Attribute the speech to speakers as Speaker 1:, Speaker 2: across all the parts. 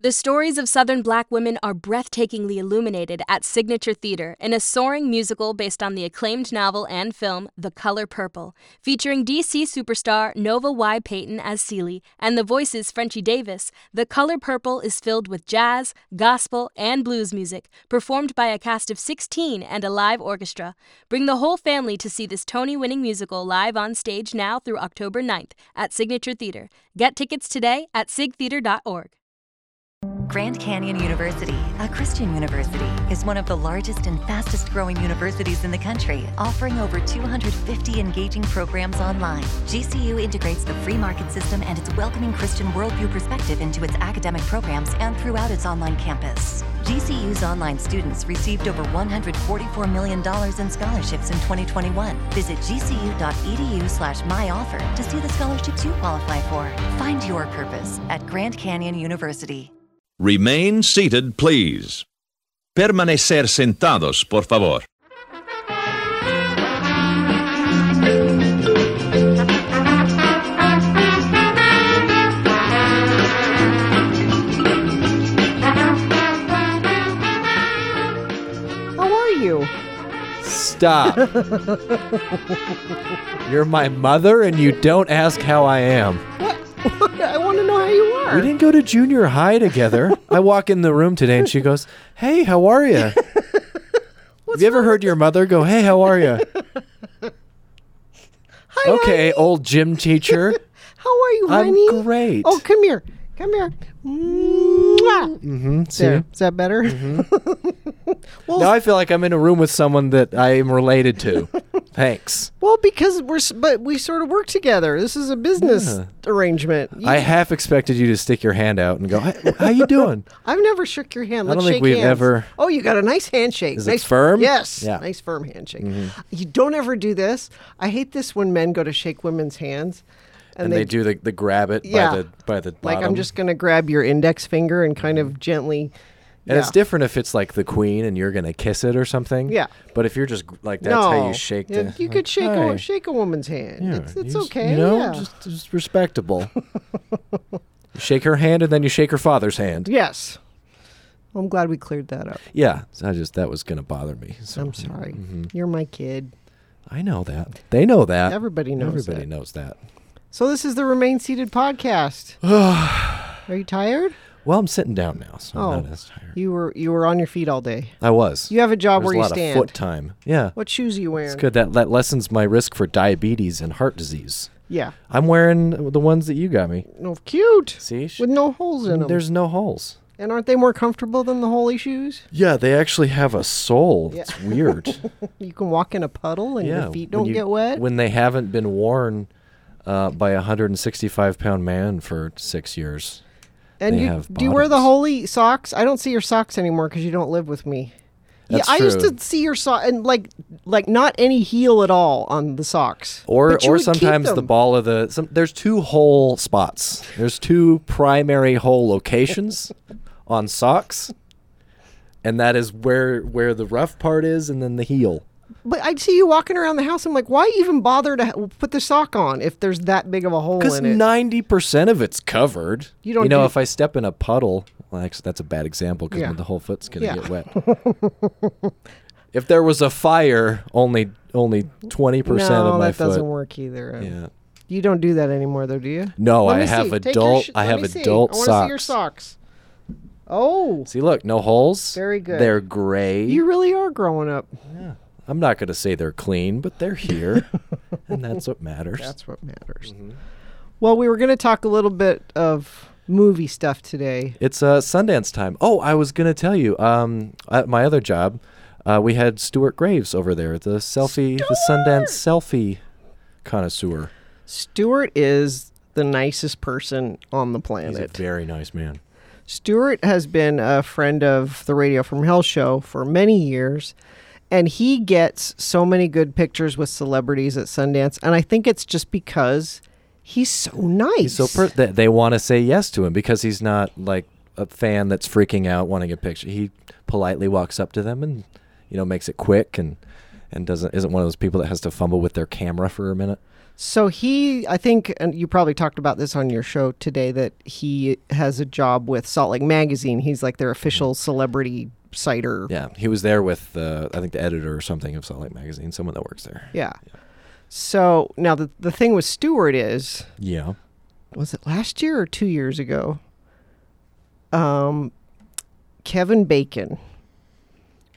Speaker 1: The stories of Southern black women are breathtakingly illuminated at Signature Theater in a soaring musical based on the acclaimed novel and film The Color Purple, featuring DC superstar Nova Y. Payton as Celie and the voices Frenchie Davis. The Color Purple is filled with jazz, gospel, and blues music, performed by a cast of 16 and a live orchestra. Bring the whole family to see this Tony winning musical live on stage now through October 9th at Signature Theater. Get tickets today at sigtheater.org.
Speaker 2: Grand Canyon University, a Christian university, is one of the largest and fastest growing universities in the country, offering over 250 engaging programs online. GCU integrates the free market system and its welcoming Christian worldview perspective into its academic programs and throughout its online campus. GCU's online students received over $144 million in scholarships in 2021. Visit gcu.edu E slash myoffer to see the scholarships you qualify for. Find your purpose at Grand Canyon University.
Speaker 3: Remain seated, please. Permanecer sentados, por favor.
Speaker 4: How are you?
Speaker 5: Stop. You're my mother and you don't ask how I am.
Speaker 4: What? I want to know how you are.
Speaker 5: We didn't go to junior high together. I walk in the room today and she goes, Hey, how are you? Have you ever heard your mother go, Hey, how are you?
Speaker 4: Hi,
Speaker 5: Okay,
Speaker 4: honey.
Speaker 5: old gym teacher.
Speaker 4: How are you,
Speaker 5: I'm
Speaker 4: honey?
Speaker 5: great.
Speaker 4: Oh, come here. Come here. Mwah.
Speaker 5: Mm-hmm, see? Mm-hmm.
Speaker 4: There. Is that better?
Speaker 5: Now I feel like I'm in a room with someone that I am related to. Thanks.
Speaker 4: Well, because we're s- but we sort of work together. This is a business
Speaker 5: Yeah.
Speaker 4: arrangement. You-
Speaker 5: I half expected you to stick your hand out and go, "Hi- How you doing?
Speaker 4: I've never shook your hand.
Speaker 5: I
Speaker 4: Let's
Speaker 5: don't think
Speaker 4: shake
Speaker 5: we've
Speaker 4: hands.
Speaker 5: ever-
Speaker 4: Oh, you got a nice handshake.
Speaker 5: Is it
Speaker 4: nice
Speaker 5: firm?
Speaker 4: Yes.
Speaker 5: Yeah. Mm-hmm.
Speaker 4: Nice firm handshake. You don't ever do this. I hate this when men go to shake women's hands,
Speaker 5: And, they, do the, the grab it
Speaker 4: Yeah.
Speaker 5: by the by the
Speaker 4: like
Speaker 5: bottom. Mm-hmm.
Speaker 4: I'm just gonna grab your index finger and kind of gently.
Speaker 5: And
Speaker 4: Yeah.
Speaker 5: it's different if it's like the queen and you're gonna kiss it or something.
Speaker 4: Yeah.
Speaker 5: But if you're just like that's how you shake.
Speaker 4: Yeah,
Speaker 5: the,
Speaker 4: you could shake a, wo-
Speaker 5: Hey.
Speaker 4: shake a woman's hand.
Speaker 5: Yeah,
Speaker 4: it's it's
Speaker 5: you s-
Speaker 4: okay.
Speaker 5: You know,
Speaker 4: yeah.
Speaker 5: just, just respectable. you shake her hand and then you shake her father's hand.
Speaker 4: yes. Well, I'm glad we cleared that up.
Speaker 5: Yeah. So I just that was gonna bother me. So
Speaker 4: I'm sorry.
Speaker 5: Mm-hmm.
Speaker 4: You're my kid.
Speaker 5: I know that. They know that.
Speaker 4: Everybody knows
Speaker 5: Everybody
Speaker 4: that.
Speaker 5: knows that.
Speaker 4: So this is the Remain Seated podcast. Are you tired?
Speaker 5: Well, I'm sitting down now, so I'm
Speaker 4: Oh.
Speaker 5: not as tired.
Speaker 4: You were you were on your feet all day.
Speaker 5: I was.
Speaker 4: You have a job
Speaker 5: There's
Speaker 4: where
Speaker 5: a
Speaker 4: you
Speaker 5: lot
Speaker 4: stand.
Speaker 5: Of foot time. Yeah.
Speaker 4: What shoes are you wearing?
Speaker 5: It's good. That that lessens my risk for diabetes and heart disease.
Speaker 4: Yeah.
Speaker 5: I'm wearing the ones that you got me.
Speaker 4: No, cute.
Speaker 5: See? Sh- Mm,
Speaker 4: With no holes in them.
Speaker 5: There's no holes.
Speaker 4: and aren't they more comfortable than the holy shoes?
Speaker 5: Yeah, they actually have a soul. It's weird.
Speaker 4: You can walk in a puddle and
Speaker 5: yeah,
Speaker 4: your feet
Speaker 5: when
Speaker 4: don't
Speaker 5: you-
Speaker 4: get wet.
Speaker 5: when they haven't been worn uh, by a 165 pound man for six years.
Speaker 4: and
Speaker 5: they
Speaker 4: you
Speaker 5: have
Speaker 4: do you wear the
Speaker 5: bottoms.
Speaker 4: holy socks? I don't see your socks anymore because you don't live with me.
Speaker 5: That's
Speaker 4: yeah, I used
Speaker 5: true.
Speaker 4: to see your sock and like like not any heel at all on the socks.
Speaker 5: Or
Speaker 4: But you
Speaker 5: or
Speaker 4: would keep
Speaker 5: sometimes the
Speaker 4: them.
Speaker 5: ball of the some, there's two hole spots. There's two primary hole locations on socks, and that is where where the rough part is, and then the heel.
Speaker 4: But I'd see you walking around the house. I'm like, why even bother to ha- put the sock on if there's that big of a hole
Speaker 5: Because
Speaker 4: in it?
Speaker 5: ninety percent of it's covered.
Speaker 4: You don't
Speaker 5: know,
Speaker 4: do-
Speaker 5: if I step in a puddle, well, actually, that's a bad example because
Speaker 4: Yeah.
Speaker 5: the whole foot's gonna
Speaker 4: Yeah.
Speaker 5: get wet. if there was a fire, only only twenty
Speaker 4: no,
Speaker 5: percent of my
Speaker 4: that
Speaker 5: foot.
Speaker 4: doesn't work either.
Speaker 5: Yeah.
Speaker 4: You don't do that anymore, though, do you?
Speaker 5: No,
Speaker 4: Let
Speaker 5: I
Speaker 4: me
Speaker 5: have
Speaker 4: see. Take your
Speaker 5: adult.
Speaker 4: sh-
Speaker 5: I
Speaker 4: let
Speaker 5: have
Speaker 4: me see.
Speaker 5: adult
Speaker 4: I
Speaker 5: socks.
Speaker 4: wanna see your socks. Oh,
Speaker 5: See, look, no holes.
Speaker 4: Very good.
Speaker 5: They're gray.
Speaker 4: you really are growing up.
Speaker 5: I'm not gonna say they're clean, but they're here, and that's what matters.
Speaker 4: That's what matters.
Speaker 5: Mm-hmm.
Speaker 4: Well, we were going to talk a little bit of movie stuff today.
Speaker 5: It's uh, Sundance time. Oh, I was gonna tell you. Um, at my other job, uh, we had Stuart Graves over there, the selfie, the Sundance selfie connoisseur.
Speaker 4: Stuart is the nicest person on the
Speaker 5: He's a
Speaker 4: planet.
Speaker 5: very nice man.
Speaker 4: Stuart has been a friend of the Radio from Hell show for many years, and he gets so many good pictures with celebrities at Sundance. And I think it's just because he's so nice.
Speaker 5: He's so per- they, they want to say yes to him because he's not like a fan that's freaking out wanting a picture. He politely walks up to them and you know makes it quick and and doesn't isn't one of those people that has to fumble with their camera for a minute.
Speaker 4: So he, I think, and you probably talked about this on your show today that he has a job with Salt Lake Magazine. He's like their official celebrity cider.
Speaker 5: Yeah, he was there with uh, I think the editor or something of Salt Lake Magazine, someone that works there.
Speaker 4: Yeah. So now the the thing with Stewart is
Speaker 5: Yeah,
Speaker 4: was it last year or two years ago? Um, Kevin Bacon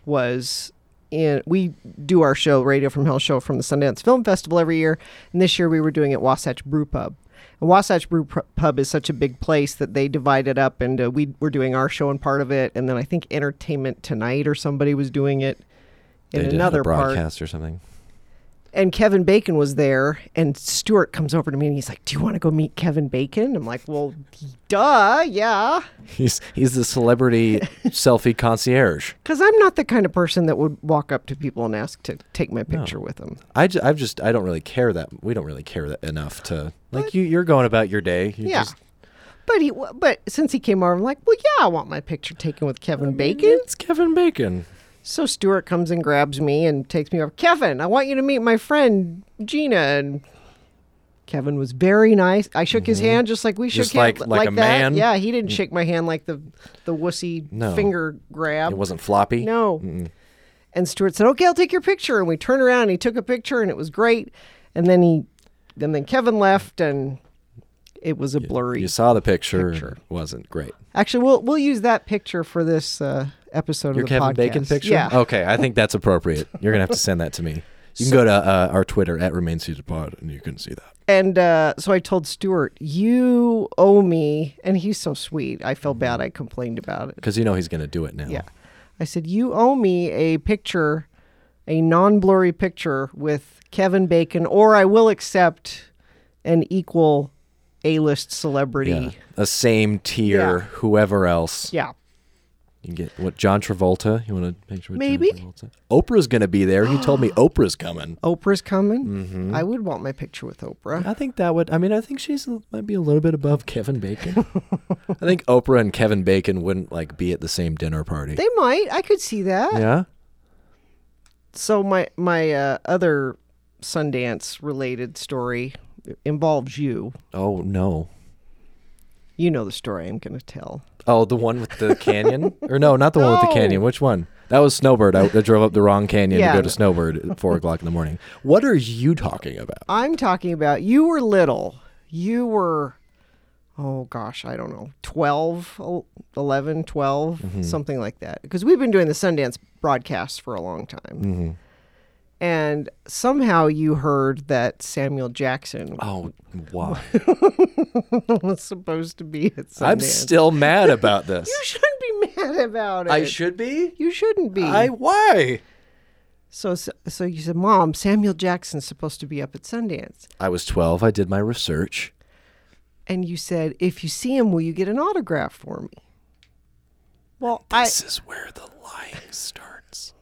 Speaker 4: was in. We do our show, Radio from Hell show, from the Sundance Film Festival every year, and this year we were doing it Wasatch Brew Pub. And Wasatch Brew Pu- Pub is such a big place that they divide it up into we were doing our show and part of it, and then I think Entertainment Tonight or somebody was doing it in
Speaker 5: they did
Speaker 4: another
Speaker 5: a
Speaker 4: part
Speaker 5: broadcast or something.
Speaker 4: and Kevin Bacon was there, and Stuart comes over to me and he's like, "Do you want to go meet Kevin Bacon?" I'm like, "Well, duh, yeah,"
Speaker 5: He's he's the celebrity selfie concierge.
Speaker 4: because I'm not the kind of person that would walk up to people and ask to take my picture with them.
Speaker 5: I ju- I've just I don't really care that we don't really care that enough to like you you're going about your day. You
Speaker 4: Yeah,
Speaker 5: just-
Speaker 4: but he, w- but since he came over, I'm like, "Well, yeah, I want my picture taken with Kevin
Speaker 5: Mm-hmm.
Speaker 4: Bacon."
Speaker 5: it's Kevin Bacon.
Speaker 4: So Stuart comes and grabs me and takes me over. Kevin, I want you to meet my friend Gina. And Kevin was very nice. I shook his hand just like we shook
Speaker 5: Mm-hmm. Just
Speaker 4: hands,
Speaker 5: like- like a
Speaker 4: that.
Speaker 5: man? Mm.
Speaker 4: Yeah, he didn't shake my hand like the the wussy
Speaker 5: No.
Speaker 4: finger grab.
Speaker 5: It wasn't floppy.
Speaker 4: Um, No. And Stuart said, "Okay, I'll take your picture." And we turned around and he took a picture, and it was great. And then he, and then Kevin left, and it was a blurry.
Speaker 5: You saw the picture. It wasn't great.
Speaker 4: Actually, we'll we'll use that picture for this uh, episode
Speaker 5: Your
Speaker 4: of the
Speaker 5: Kevin
Speaker 4: podcast.
Speaker 5: Bacon picture. Oh.
Speaker 4: Yeah.
Speaker 5: Okay, I think that's appropriate. You're gonna have to send that to me. You can go to uh, our Twitter at Remain Seated Pod, and you can see that.
Speaker 4: And uh, so I told Stuart, "You owe me," and he's so sweet. I feel bad.
Speaker 5: Mm.
Speaker 4: I complained about it.
Speaker 5: Because you know he's gonna do it now.
Speaker 4: Yeah, I said, "You owe me a picture, a non-blurry picture with Kevin Bacon, or I will accept an equal A-list celebrity."
Speaker 5: Yeah. A same tier,
Speaker 4: Yeah.
Speaker 5: whoever else.
Speaker 4: Yeah.
Speaker 5: You can get what John Travolta? You want to picture with
Speaker 4: Maybe.
Speaker 5: John Travolta? Oprah's gonna be there. You told me Oprah's coming.
Speaker 4: Oprah's coming.
Speaker 5: Mm-hmm.
Speaker 4: I would want my picture with Oprah.
Speaker 5: I think that would. I mean, I think she's a- might be a little bit above Kevin Bacon. I think Oprah and Kevin Bacon wouldn't like be at the same dinner party.
Speaker 4: They might. I could see that.
Speaker 5: yeah,
Speaker 4: So my my uh, other Sundance related story involves you.
Speaker 5: Oh no.
Speaker 4: You know the story I'm going to tell.
Speaker 5: Oh, the one with the canyon? or no, not the one with the canyon. Which one? That was Snowbird. I, I drove up the wrong canyon
Speaker 4: Yeah.
Speaker 5: to go to Snowbird at four o'clock in the morning. What are you talking about?
Speaker 4: I'm talking about you were little. You were oh gosh, I don't know, 12, el- 11, 12,
Speaker 5: Mm-hmm.
Speaker 4: something like that. Because we've been doing the Sundance broadcasts for a long time.
Speaker 5: Mm-hmm.
Speaker 4: And somehow you heard that Samuel Jackson
Speaker 5: Oh, wow.
Speaker 4: was supposed to be at Sundance.
Speaker 5: I'm still mad about this.
Speaker 4: You shouldn't be mad about it.
Speaker 5: I should be.
Speaker 4: You shouldn't be.
Speaker 5: I why?
Speaker 4: So, so, so you said, Mom, Samuel Jackson's supposed to be up at Sundance.
Speaker 5: I was 12. I did my research.
Speaker 4: And you said, if you see him, will you get an autograph for me? Well, I,
Speaker 5: This is where the lying starts.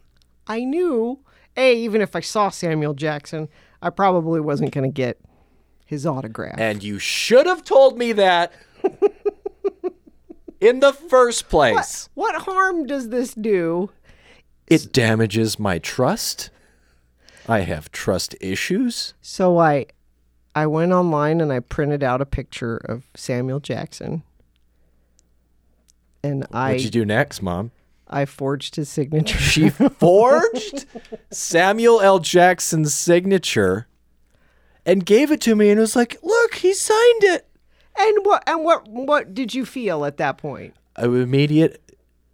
Speaker 4: I knew, A, even if I saw Samuel Jackson, I probably wasn't going to get his autograph.
Speaker 5: And you should have told me that in the first place.
Speaker 4: what harm does this do?
Speaker 5: It damages my trust. I have trust issues.
Speaker 4: So I I went online and I printed out a picture of Samuel Jackson. And I
Speaker 5: What'd you do next, Mom?
Speaker 4: I forged his signature.
Speaker 5: She forged Samuel L. Jackson's signature and gave it to me and was like, look, he signed it.
Speaker 4: And what and what what did you feel at that point?
Speaker 5: Uh, Immediate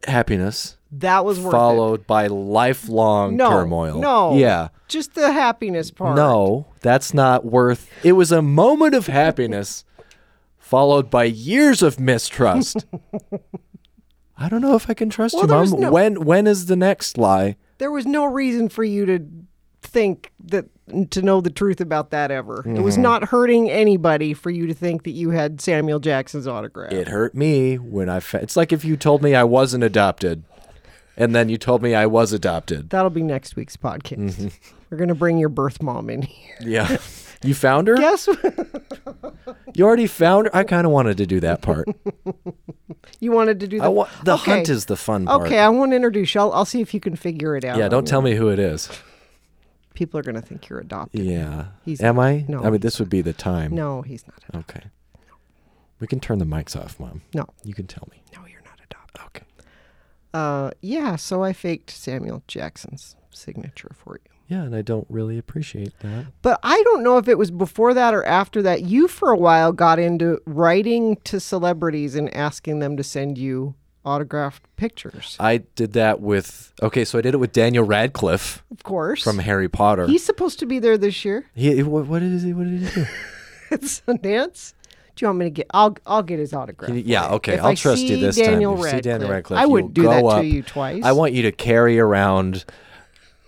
Speaker 5: happiness
Speaker 4: That was worth it.
Speaker 5: followed by lifelong
Speaker 4: No,
Speaker 5: turmoil.
Speaker 4: No.
Speaker 5: Yeah.
Speaker 4: Just the happiness part.
Speaker 5: No, that's not worth. It was a moment of happiness followed by years of mistrust. I don't know if I can trust
Speaker 4: Well,
Speaker 5: you,
Speaker 4: there
Speaker 5: mom.
Speaker 4: was no-
Speaker 5: When when is the next lie?
Speaker 4: There was no reason for you to think that to know the truth about that ever. It
Speaker 5: Mm-hmm.
Speaker 4: was not hurting anybody for you to think that you had Samuel Jackson's autograph.
Speaker 5: It hurt me when I. Fa- it's like if you told me I wasn't adopted, and then you told me I was adopted.
Speaker 4: That'll be next week's podcast.
Speaker 5: Mm-hmm.
Speaker 4: We're gonna bring your birth mom in here.
Speaker 5: Yeah, you found her.
Speaker 4: Guess what?
Speaker 5: You already found her. I kind of wanted to do that part.
Speaker 4: you wanted to do the,
Speaker 5: I want the
Speaker 4: Okay.
Speaker 5: hunt is the fun part.
Speaker 4: Okay, I won't introduce you. I'll, I'll see if you can figure it out.
Speaker 5: yeah,
Speaker 4: on
Speaker 5: don't
Speaker 4: your-
Speaker 5: tell me who it is.
Speaker 4: People are going to think you're adopted.
Speaker 5: Yeah.
Speaker 4: He's
Speaker 5: Am I?
Speaker 4: No,
Speaker 5: I mean,
Speaker 4: he's
Speaker 5: this would be the time.
Speaker 4: No, he's not. Adopted.
Speaker 5: Okay. We can turn the mics off, Mom.
Speaker 4: No,
Speaker 5: You can tell me.
Speaker 4: no, you're not adopted.
Speaker 5: Okay.
Speaker 4: Uh, yeah. So I faked Samuel Jackson's signature for you.
Speaker 5: Yeah, and I don't really appreciate that.
Speaker 4: But I don't know if it was before that or after that. You, for a while, got into writing to celebrities and asking them to send you autographed pictures.
Speaker 5: I did that with okay, so I did it with Daniel Radcliffe
Speaker 4: Of course.
Speaker 5: from Harry Potter.
Speaker 4: He's supposed to be there this year.
Speaker 5: he, what, what is he? What did he do?
Speaker 4: at Sundance. Do you want me to get? I'll I'll get his autograph.
Speaker 5: He-
Speaker 4: for
Speaker 5: yeah,
Speaker 4: you.
Speaker 5: okay,
Speaker 4: If
Speaker 5: I'll
Speaker 4: I
Speaker 5: trust you
Speaker 4: see
Speaker 5: this
Speaker 4: Daniel
Speaker 5: time. If you see Daniel Radcliffe,
Speaker 4: I
Speaker 5: you
Speaker 4: wouldn't do
Speaker 5: go
Speaker 4: that
Speaker 5: up.
Speaker 4: to you twice.
Speaker 5: I want you to carry around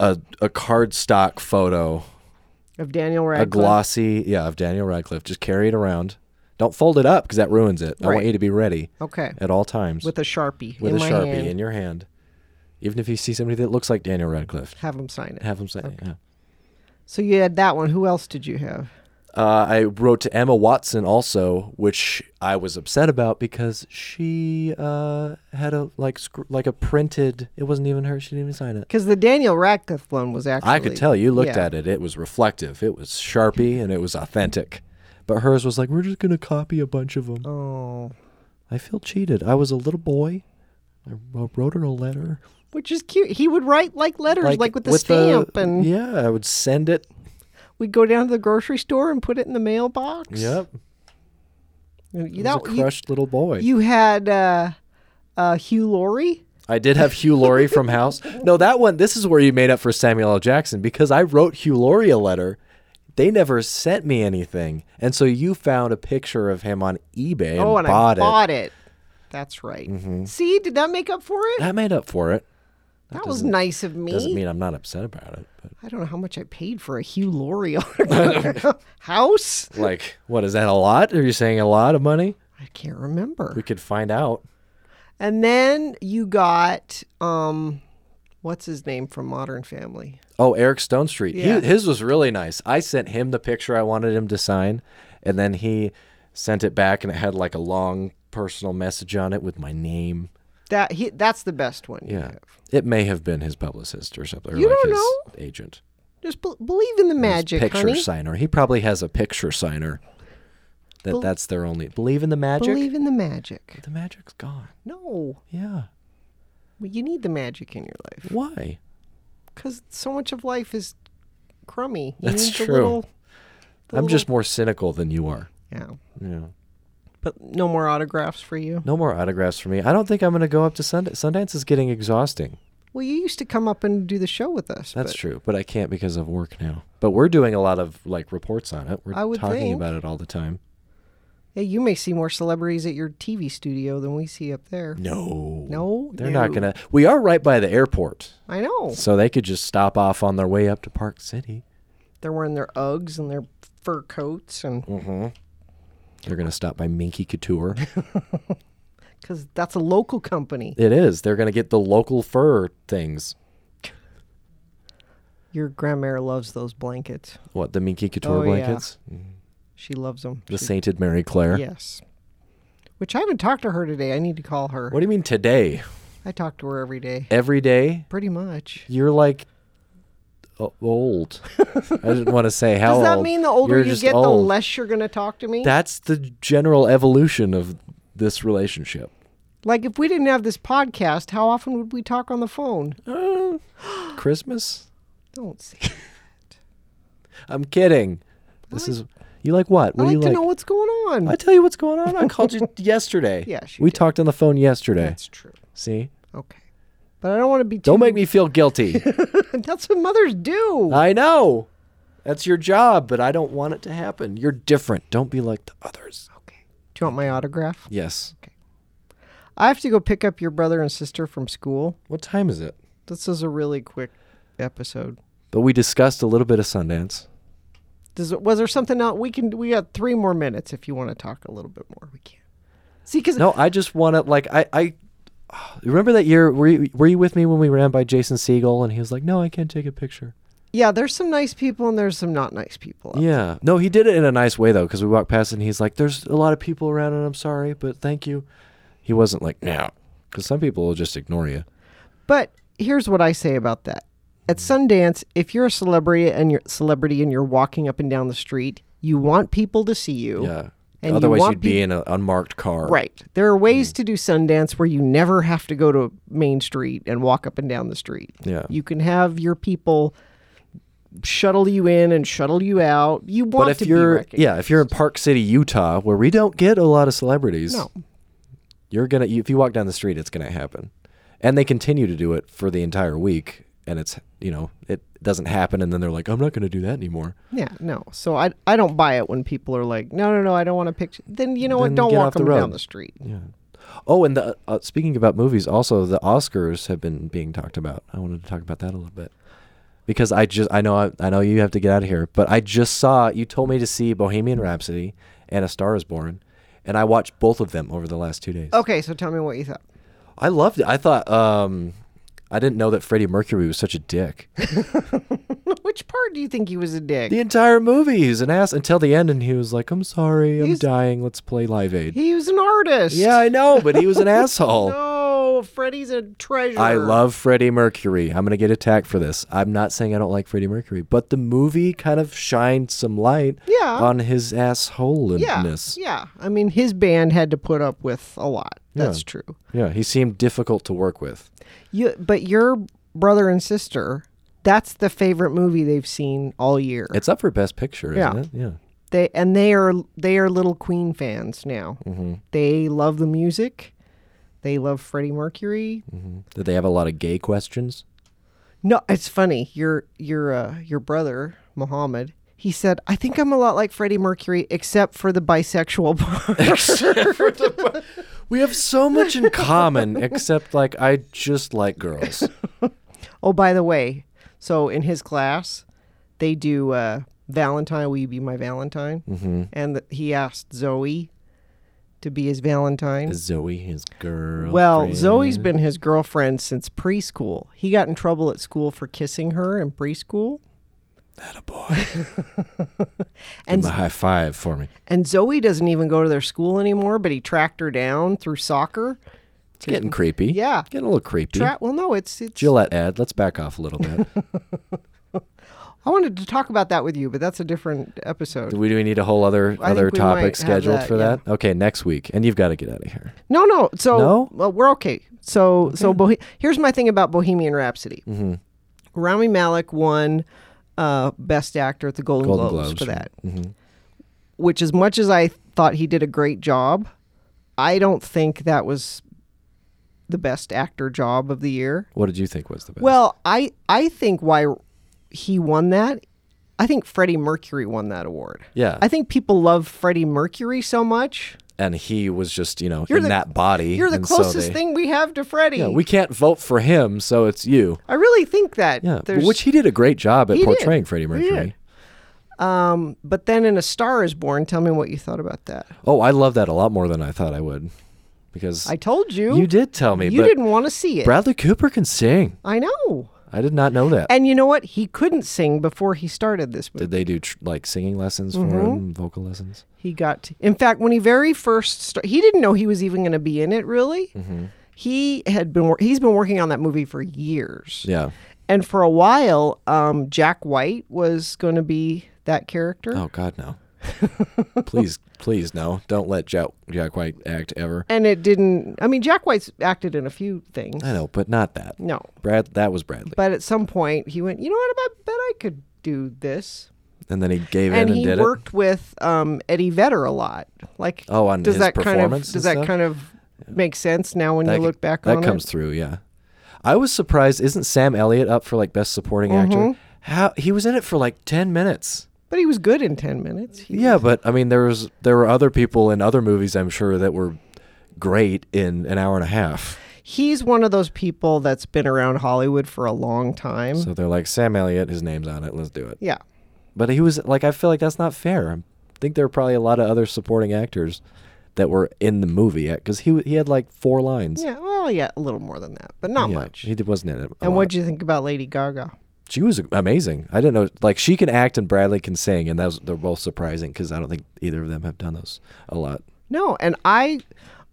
Speaker 5: a a cardstock photo,
Speaker 4: of Daniel
Speaker 5: a
Speaker 4: Radcliffe.
Speaker 5: glossy, yeah, of Daniel Radcliffe. Just carry it around. Don't fold it up because that ruins it. I want
Speaker 4: Right.
Speaker 5: you to be ready
Speaker 4: Okay,
Speaker 5: at all times
Speaker 4: with a sharpie.
Speaker 5: with
Speaker 4: in
Speaker 5: a
Speaker 4: my
Speaker 5: sharpie
Speaker 4: hand.
Speaker 5: in your hand. Even if you see somebody that looks like Daniel Radcliffe,
Speaker 4: Have him sign it.
Speaker 5: have them say. yeah.
Speaker 4: So you had that one. Who else did you have?
Speaker 5: Uh, I wrote to Emma Watson also, which I was upset about because she uh, had a like scr- like a printed. It wasn't even her. She didn't even sign it.
Speaker 4: Because the Daniel Radcliffe one was actually.
Speaker 5: I could tell you looked
Speaker 4: yeah.
Speaker 5: at it. It was reflective. It was sharpie and it was authentic. But hers was like, we're just gonna copy a bunch of them.
Speaker 4: Oh,
Speaker 5: I feel cheated. I was a little boy. I wr- wrote her a letter,
Speaker 4: which is cute. He would write like letters, like, with the stamp, and
Speaker 5: yeah, I would send it.
Speaker 4: we'd go down to the grocery store and put it in the mailbox.
Speaker 5: Yep,
Speaker 4: And
Speaker 5: I
Speaker 4: that-
Speaker 5: was a crushed little boy.
Speaker 4: You, you had uh, uh, Hugh Laurie.
Speaker 5: I did have Hugh Laurie from House. No, that one. This is where you made up for Samuel L. Jackson because I wrote Hugh Laurie a letter. They never sent me anything, and so you found a picture of him on eBay and,
Speaker 4: oh, and
Speaker 5: bought, Mm-hmm.
Speaker 4: I bought it. That's right. See, did that make up for it?
Speaker 5: That made up for it.
Speaker 4: That, was nice of me.
Speaker 5: Doesn't mean I'm not upset about it. But
Speaker 4: I don't know how much I paid for a Hugh Laurie autograph. house.
Speaker 5: like, what is that a lot? Are you saying a lot of money?
Speaker 4: I can't remember.
Speaker 5: We could find out.
Speaker 4: And then you got um, what's his name from Modern Family?
Speaker 5: Oh, Eric Stone Street.
Speaker 4: Yeah.
Speaker 5: He, his was really nice. I sent him the picture I wanted him to sign, and then he sent it back, and it had like a long personal message on it with my name.
Speaker 4: That he, that's the best one. you
Speaker 5: Yeah.
Speaker 4: have.
Speaker 5: It may have been his publicist or something. Or
Speaker 4: You
Speaker 5: like
Speaker 4: don't
Speaker 5: his
Speaker 4: know.
Speaker 5: agent.
Speaker 4: Just bel believe in the
Speaker 5: His
Speaker 4: magic,
Speaker 5: picture
Speaker 4: honey.
Speaker 5: signer. He probably has a picture signer. That
Speaker 4: Bel-
Speaker 5: that's their only believe in the magic.
Speaker 4: Believe in the magic.
Speaker 5: the magic's gone.
Speaker 4: No,
Speaker 5: Yeah.
Speaker 4: Well, you need the magic in your life
Speaker 5: Why?
Speaker 4: because so much of life is crummy. You
Speaker 5: That's
Speaker 4: need the
Speaker 5: true.
Speaker 4: Little, the
Speaker 5: I'm
Speaker 4: little-
Speaker 5: just more cynical than you are.
Speaker 4: yeah.
Speaker 5: Yeah.
Speaker 4: But no more autographs for you.
Speaker 5: No more autographs for me. I don't think I'm going to go up to Sundance. Sundance is getting exhausting.
Speaker 4: Well, you used to come up and do the show with us.
Speaker 5: That's
Speaker 4: but
Speaker 5: true, but I can't because of work now. But we're doing a lot of like reports on it. We're
Speaker 4: I would
Speaker 5: talking
Speaker 4: think.
Speaker 5: about it all the time.
Speaker 4: Yeah, you may see more celebrities at your TV studio than we see up there.
Speaker 5: No.
Speaker 4: No,
Speaker 5: They're not
Speaker 4: no. Oh.
Speaker 5: going to. We are right by the airport.
Speaker 4: I know.
Speaker 5: So they could just stop off on their way up to Park City.
Speaker 4: They're wearing their Uggs and their fur coats,
Speaker 5: Mm.
Speaker 4: and
Speaker 5: They're going to stop by Minky Couture.
Speaker 4: because that's a local company.
Speaker 5: it is. They're going to get the local fur things.
Speaker 4: Your grandmother loves those blankets.
Speaker 5: What, the Minky Couture
Speaker 4: Oh, yeah.
Speaker 5: blankets?
Speaker 4: She loves them.
Speaker 5: The Sainted Mary Claire.
Speaker 4: Yes. Which I haven't talked to her today. I need to call her.
Speaker 5: What do you mean today?
Speaker 4: I talk to her every day,
Speaker 5: Every day?
Speaker 4: pretty much.
Speaker 5: You're like o- old. I didn't want to say how
Speaker 4: Does that
Speaker 5: old.
Speaker 4: mean the older
Speaker 5: You're
Speaker 4: you
Speaker 5: just
Speaker 4: get, the
Speaker 5: old.
Speaker 4: less you're going to talk to me?
Speaker 5: That's the general evolution of this relationship.
Speaker 4: like, if we didn't have this podcast, how often would we talk on the phone?
Speaker 5: Christmas?
Speaker 4: Don't say.
Speaker 5: I'm kidding. This is. You like what?
Speaker 4: I
Speaker 5: What do
Speaker 4: like
Speaker 5: you
Speaker 4: to
Speaker 5: like?
Speaker 4: know what's going on.
Speaker 5: I tell you what's going on. I called you yesterday.
Speaker 4: Yes, you
Speaker 5: we
Speaker 4: did.
Speaker 5: talked on the phone yesterday.
Speaker 4: That's true.
Speaker 5: See,
Speaker 4: Okay. But I don't want to be too
Speaker 5: don't make me Uh feel guilty.
Speaker 4: That's what mothers do.
Speaker 5: I know that's your job, but I don't want it to happen. You're different. Don't be like the others.
Speaker 4: okay. Do you want my autograph?
Speaker 5: Yes.
Speaker 4: I have to go pick up your brother and sister from school.
Speaker 5: What time is it?
Speaker 4: This is a really quick episode.
Speaker 5: But we discussed a little bit of Sundance.
Speaker 4: Does it, was there something else we can we got 3 more minutes if you want to talk a little bit more. We can. See cuz
Speaker 5: No, I just want to like I I remember that year. Were you, were you with me when we ran by Jason Siegel and he was like, "No, I can't take a picture."
Speaker 4: yeah, there's some nice people and there's some not nice people. out
Speaker 5: Yeah. No, he did it in a nice way though, because we walked past and he's like, "There's a lot of people around, and I'm sorry, but thank you." He wasn't like, "No," because some people will just ignore you.
Speaker 4: But here's what I say about that. at Sundance, if you're a celebrity and you're celebrity and you're walking up and down the street, you want people to see you.
Speaker 5: Yeah.
Speaker 4: And you
Speaker 5: Otherwise,
Speaker 4: want
Speaker 5: you'd be
Speaker 4: peop-
Speaker 5: in an unmarked car.
Speaker 4: Right. There are
Speaker 5: Mm.
Speaker 4: ways to do Sundance where you never have to go to Main Street and walk up and down the street.
Speaker 5: Yeah.
Speaker 4: You can have your people shuttle you in and shuttle you out. You want
Speaker 5: But if
Speaker 4: to be
Speaker 5: you're
Speaker 4: recognized.
Speaker 5: yeah, if you're in Park City, Utah, where we don't get a lot of celebrities,
Speaker 4: No.
Speaker 5: you're gonna you, if you walk down the street, it's gonna happen, and they continue to do it for the entire week, and it's you know it doesn't happen, and then they're like, I'm not gonna do that anymore.
Speaker 4: Yeah, no. So I I don't buy it when people are like, "No, no, no, I don't want a picture." Then you know
Speaker 5: Then
Speaker 4: what? Don't
Speaker 5: get
Speaker 4: walk
Speaker 5: off the
Speaker 4: them down
Speaker 5: road.
Speaker 4: the street.
Speaker 5: Oh, and the uh, speaking about movies, also the Oscars have been being talked about. I wanted to talk about that a little bit because I just I know I, I know you have to get out of here, but I just saw you told me to see Bohemian Rhapsody and A Star Is Born, and I watched both of them over the last two days.
Speaker 4: Okay, so tell me what you thought.
Speaker 5: I loved it. I thought um, I didn't know that Freddie Mercury was such a dick.
Speaker 4: Which part do you think he was a dick?
Speaker 5: the entire movie, he's an ass until the end, and he was like, "I'm sorry, I'm dying. Let's play Live Aid."
Speaker 4: He was an artist.
Speaker 5: yeah, I know, but he was an asshole.
Speaker 4: No, Freddie's a treasure.
Speaker 5: I love Freddie Mercury. I'm going to get attacked for this. I'm not saying I don't like Freddie Mercury, but the movie kind of shined some light
Speaker 4: Yeah.
Speaker 5: on his
Speaker 4: Yeah,
Speaker 5: assholeness.
Speaker 4: yeah. I mean, his band had to put up with a lot. That's true.
Speaker 5: Yeah, he seemed difficult to work with.
Speaker 4: You, but your brother and sister, that's the favorite movie they've seen all year.
Speaker 5: It's up for Best Picture, isn't
Speaker 4: Yeah.
Speaker 5: it? Yeah.
Speaker 4: They and they are they are little Queen fans now.
Speaker 5: Mm-hmm.
Speaker 4: They love the music. They love Freddie Mercury.
Speaker 5: Mm-hmm. Did they have a lot of gay questions?
Speaker 4: No, it's funny. Your your uh, your brother Mohammed. He said, "I think I'm a lot like Freddie Mercury, except for the bisexual part."
Speaker 5: We have so much in common, except like I just like girls.
Speaker 4: oh, by the way, so in his class, they do uh, Valentine. Will you be my Valentine? Mm-hmm. And th- he asked Zoe to be his Valentine.
Speaker 5: Zoe, his girl.
Speaker 4: Well, Zoe's been his girlfriend since preschool. He got in trouble at school for kissing her in preschool.
Speaker 5: and a high five for me.
Speaker 4: And Zoe doesn't even go to their school anymore, but he tracked her down through soccer.
Speaker 5: It's getting creepy.
Speaker 4: Yeah.
Speaker 5: getting a little creepy.
Speaker 4: Tra- well, no, it's it's.
Speaker 5: Gillette ad. Let's back off a little bit.
Speaker 4: I wanted to talk about that with you, but that's a different episode.
Speaker 5: Do we, do we need a whole other
Speaker 4: I
Speaker 5: other
Speaker 4: think we might
Speaker 5: topic
Speaker 4: have
Speaker 5: scheduled
Speaker 4: that,
Speaker 5: for
Speaker 4: yeah.
Speaker 5: that? Okay, next week, and you've got to get out of here.
Speaker 4: No, no. So
Speaker 5: No?
Speaker 4: well, we're okay. So so Bohe- here's my thing about Bohemian Rhapsody. Mm-hmm. Rami Malek won uh, Best Actor at the Golden,
Speaker 5: Golden
Speaker 4: Globes,
Speaker 5: Globes. Mm-hmm.
Speaker 4: for that. Which, as much as I thought he did a great job, I don't think that was the best actor job of the year.
Speaker 5: What did you think was the best?
Speaker 4: Well, I I think why he won that. I think Freddie Mercury won that award.
Speaker 5: Yeah.
Speaker 4: I think people love Freddie Mercury so much.
Speaker 5: and he was just you know
Speaker 4: You're
Speaker 5: in
Speaker 4: the-
Speaker 5: that body.
Speaker 4: You're the
Speaker 5: and so
Speaker 4: closest
Speaker 5: they-
Speaker 4: thing we have to Freddie.
Speaker 5: Yeah, we can't vote for him, so it's you.
Speaker 4: I really think that.
Speaker 5: Yeah,
Speaker 4: There's,
Speaker 5: which he did a great job at
Speaker 4: He did.
Speaker 5: portraying Freddie
Speaker 4: He did.
Speaker 5: Mercury.
Speaker 4: but then in A Star Is Born, tell me what you thought about that.
Speaker 5: Oh, I love that a lot more than I thought I would, because
Speaker 4: I told you.
Speaker 5: you did tell me.
Speaker 4: You
Speaker 5: but
Speaker 4: didn't want to see it.
Speaker 5: Bradley Cooper can sing.
Speaker 4: I know.
Speaker 5: I did not know that.
Speaker 4: And you know what? He couldn't sing before he started this movie.
Speaker 5: did they do tr- like singing lessons for
Speaker 4: Mm-hmm.
Speaker 5: him, vocal lessons?
Speaker 4: He got. in fact, when he very first started, he didn't know he was even going to be in it. Really,
Speaker 5: Mm-hmm.
Speaker 4: he had been. wor- He's been working on that movie for years.
Speaker 5: Yeah.
Speaker 4: And for a while, um, Jack White was going to be that character.
Speaker 5: Oh God, no! please, please, no! Don't let Jack Jack White act ever.
Speaker 4: And it didn't. I mean, Jack White's acted in a few things.
Speaker 5: I know, but not that.
Speaker 4: No.
Speaker 5: Brad, that was Bradley.
Speaker 4: But at some point, he went, you know what? I bet I could do this.
Speaker 5: and then he gave in
Speaker 4: And
Speaker 5: and,
Speaker 4: he
Speaker 5: did
Speaker 4: worked with um, Eddie Vedder a lot. Like,
Speaker 5: Oh, on
Speaker 4: does
Speaker 5: his
Speaker 4: that kind of
Speaker 5: performance and
Speaker 4: does that
Speaker 5: stuff?
Speaker 4: kind of make sense now when
Speaker 5: it. That,
Speaker 4: you look back
Speaker 5: that
Speaker 4: on
Speaker 5: comes
Speaker 4: it?
Speaker 5: through. Yeah, I was surprised. Isn't Sam Elliott up for like best supporting
Speaker 4: Mm-hmm.
Speaker 5: actor? How he was in it for like ten minutes.
Speaker 4: But he was good in ten minutes. He-
Speaker 5: Yeah, but I mean, there was there were other people in other movies. I'm sure that were great in an hour and a half.
Speaker 4: He's one of those people that's been around Hollywood for a long time.
Speaker 5: So they're like Sam Elliott, his name's on it. Let's do it.
Speaker 4: yeah.
Speaker 5: But he was like, I feel like that's not fair. I think there were probably a lot of other supporting actors that were in the movie because he w- he had like four lines.
Speaker 4: Yeah. Well, yeah, a little more than that, but not
Speaker 5: Yeah,
Speaker 4: much.
Speaker 5: He did- wasn't in it. a
Speaker 4: and
Speaker 5: lot.
Speaker 4: what'd you think about Lady Gaga?
Speaker 5: she was amazing. I didn't know like she can act and Bradley can sing, and that was they're both surprising because I don't think either of them have done those a lot.
Speaker 4: No, and I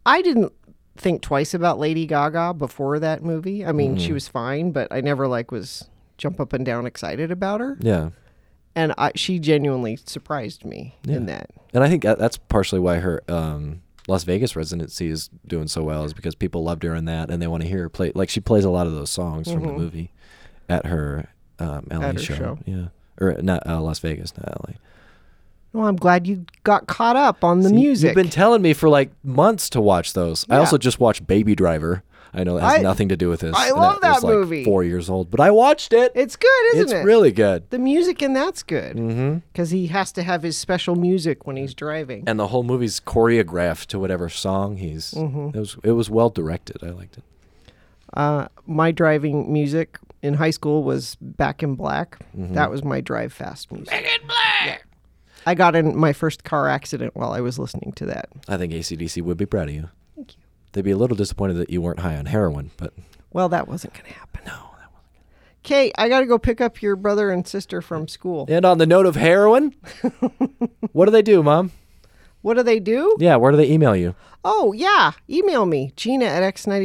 Speaker 4: I didn't
Speaker 5: Mm-hmm.
Speaker 4: think twice about Lady Gaga before that movie. I mean, she was fine, but I never like was jump up and down excited about her.
Speaker 5: Yeah.
Speaker 4: And I, she genuinely surprised me in that.
Speaker 5: And I think that, that's partially why her um, Las Vegas residency is doing so well is because people loved her in that and they want to hear her play. Like she plays a lot of those songs from the movie at her um, LA
Speaker 4: Mm-hmm. At her
Speaker 5: show.
Speaker 4: show.
Speaker 5: Yeah, or not uh, Las Vegas, not LA.
Speaker 4: Well, I'm glad you got caught up on the
Speaker 5: See,
Speaker 4: music.
Speaker 5: You've been telling me for like months to watch those. I also just watched Baby Driver. I know it has
Speaker 4: I-
Speaker 5: nothing to do with this.
Speaker 4: I
Speaker 5: and
Speaker 4: love
Speaker 5: it was,
Speaker 4: that
Speaker 5: like,
Speaker 4: movie.
Speaker 5: Four years old, but I watched it.
Speaker 4: it's good, isn't
Speaker 5: it's Mm-hmm.
Speaker 4: it?
Speaker 5: really good.
Speaker 4: the music in that's good because he has to have his special music when he's driving.
Speaker 5: And the whole movie's choreographed to whatever song he's.
Speaker 4: Mm-hmm.
Speaker 5: It was it was well directed. I liked it.
Speaker 4: Uh, my driving music in high school was Back in Black. That was my drive fast music. Back in Black. I got in my first car accident while I was listening to that.
Speaker 5: I think ACDC would be proud of you. Thank you. They'd be a little disappointed that you weren't high on heroin, but
Speaker 4: Well, that wasn't going to happen. No, that wasn't. Kate, I got to go pick up your brother and sister from school.
Speaker 5: and on the note of heroin, what do they do, Mom?
Speaker 4: What do they do?
Speaker 5: Yeah, where do they email you?
Speaker 4: Oh, yeah. Email me, Gina at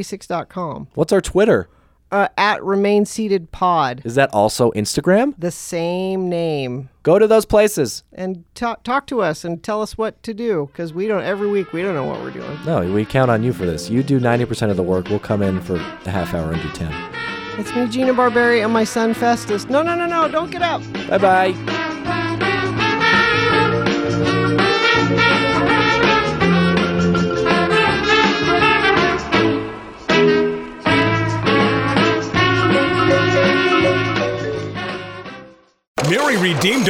Speaker 4: x96.com,
Speaker 5: What's our Twitter?
Speaker 4: uh, at Remain Seated Pod,
Speaker 5: Is that also Instagram?
Speaker 4: the same name.
Speaker 5: Go to those places.
Speaker 4: And ta- talk to us and tell us what to do because we don't, every week, we don't know what we're doing.
Speaker 5: No, we count on you for this. You do 90% of the work. We'll come in for a half hour and do 10.
Speaker 4: It's me, Gina Barberi, and my son Festus. No, no, no, no, don't get up.
Speaker 5: Bye bye.
Speaker 6: Mary redeemed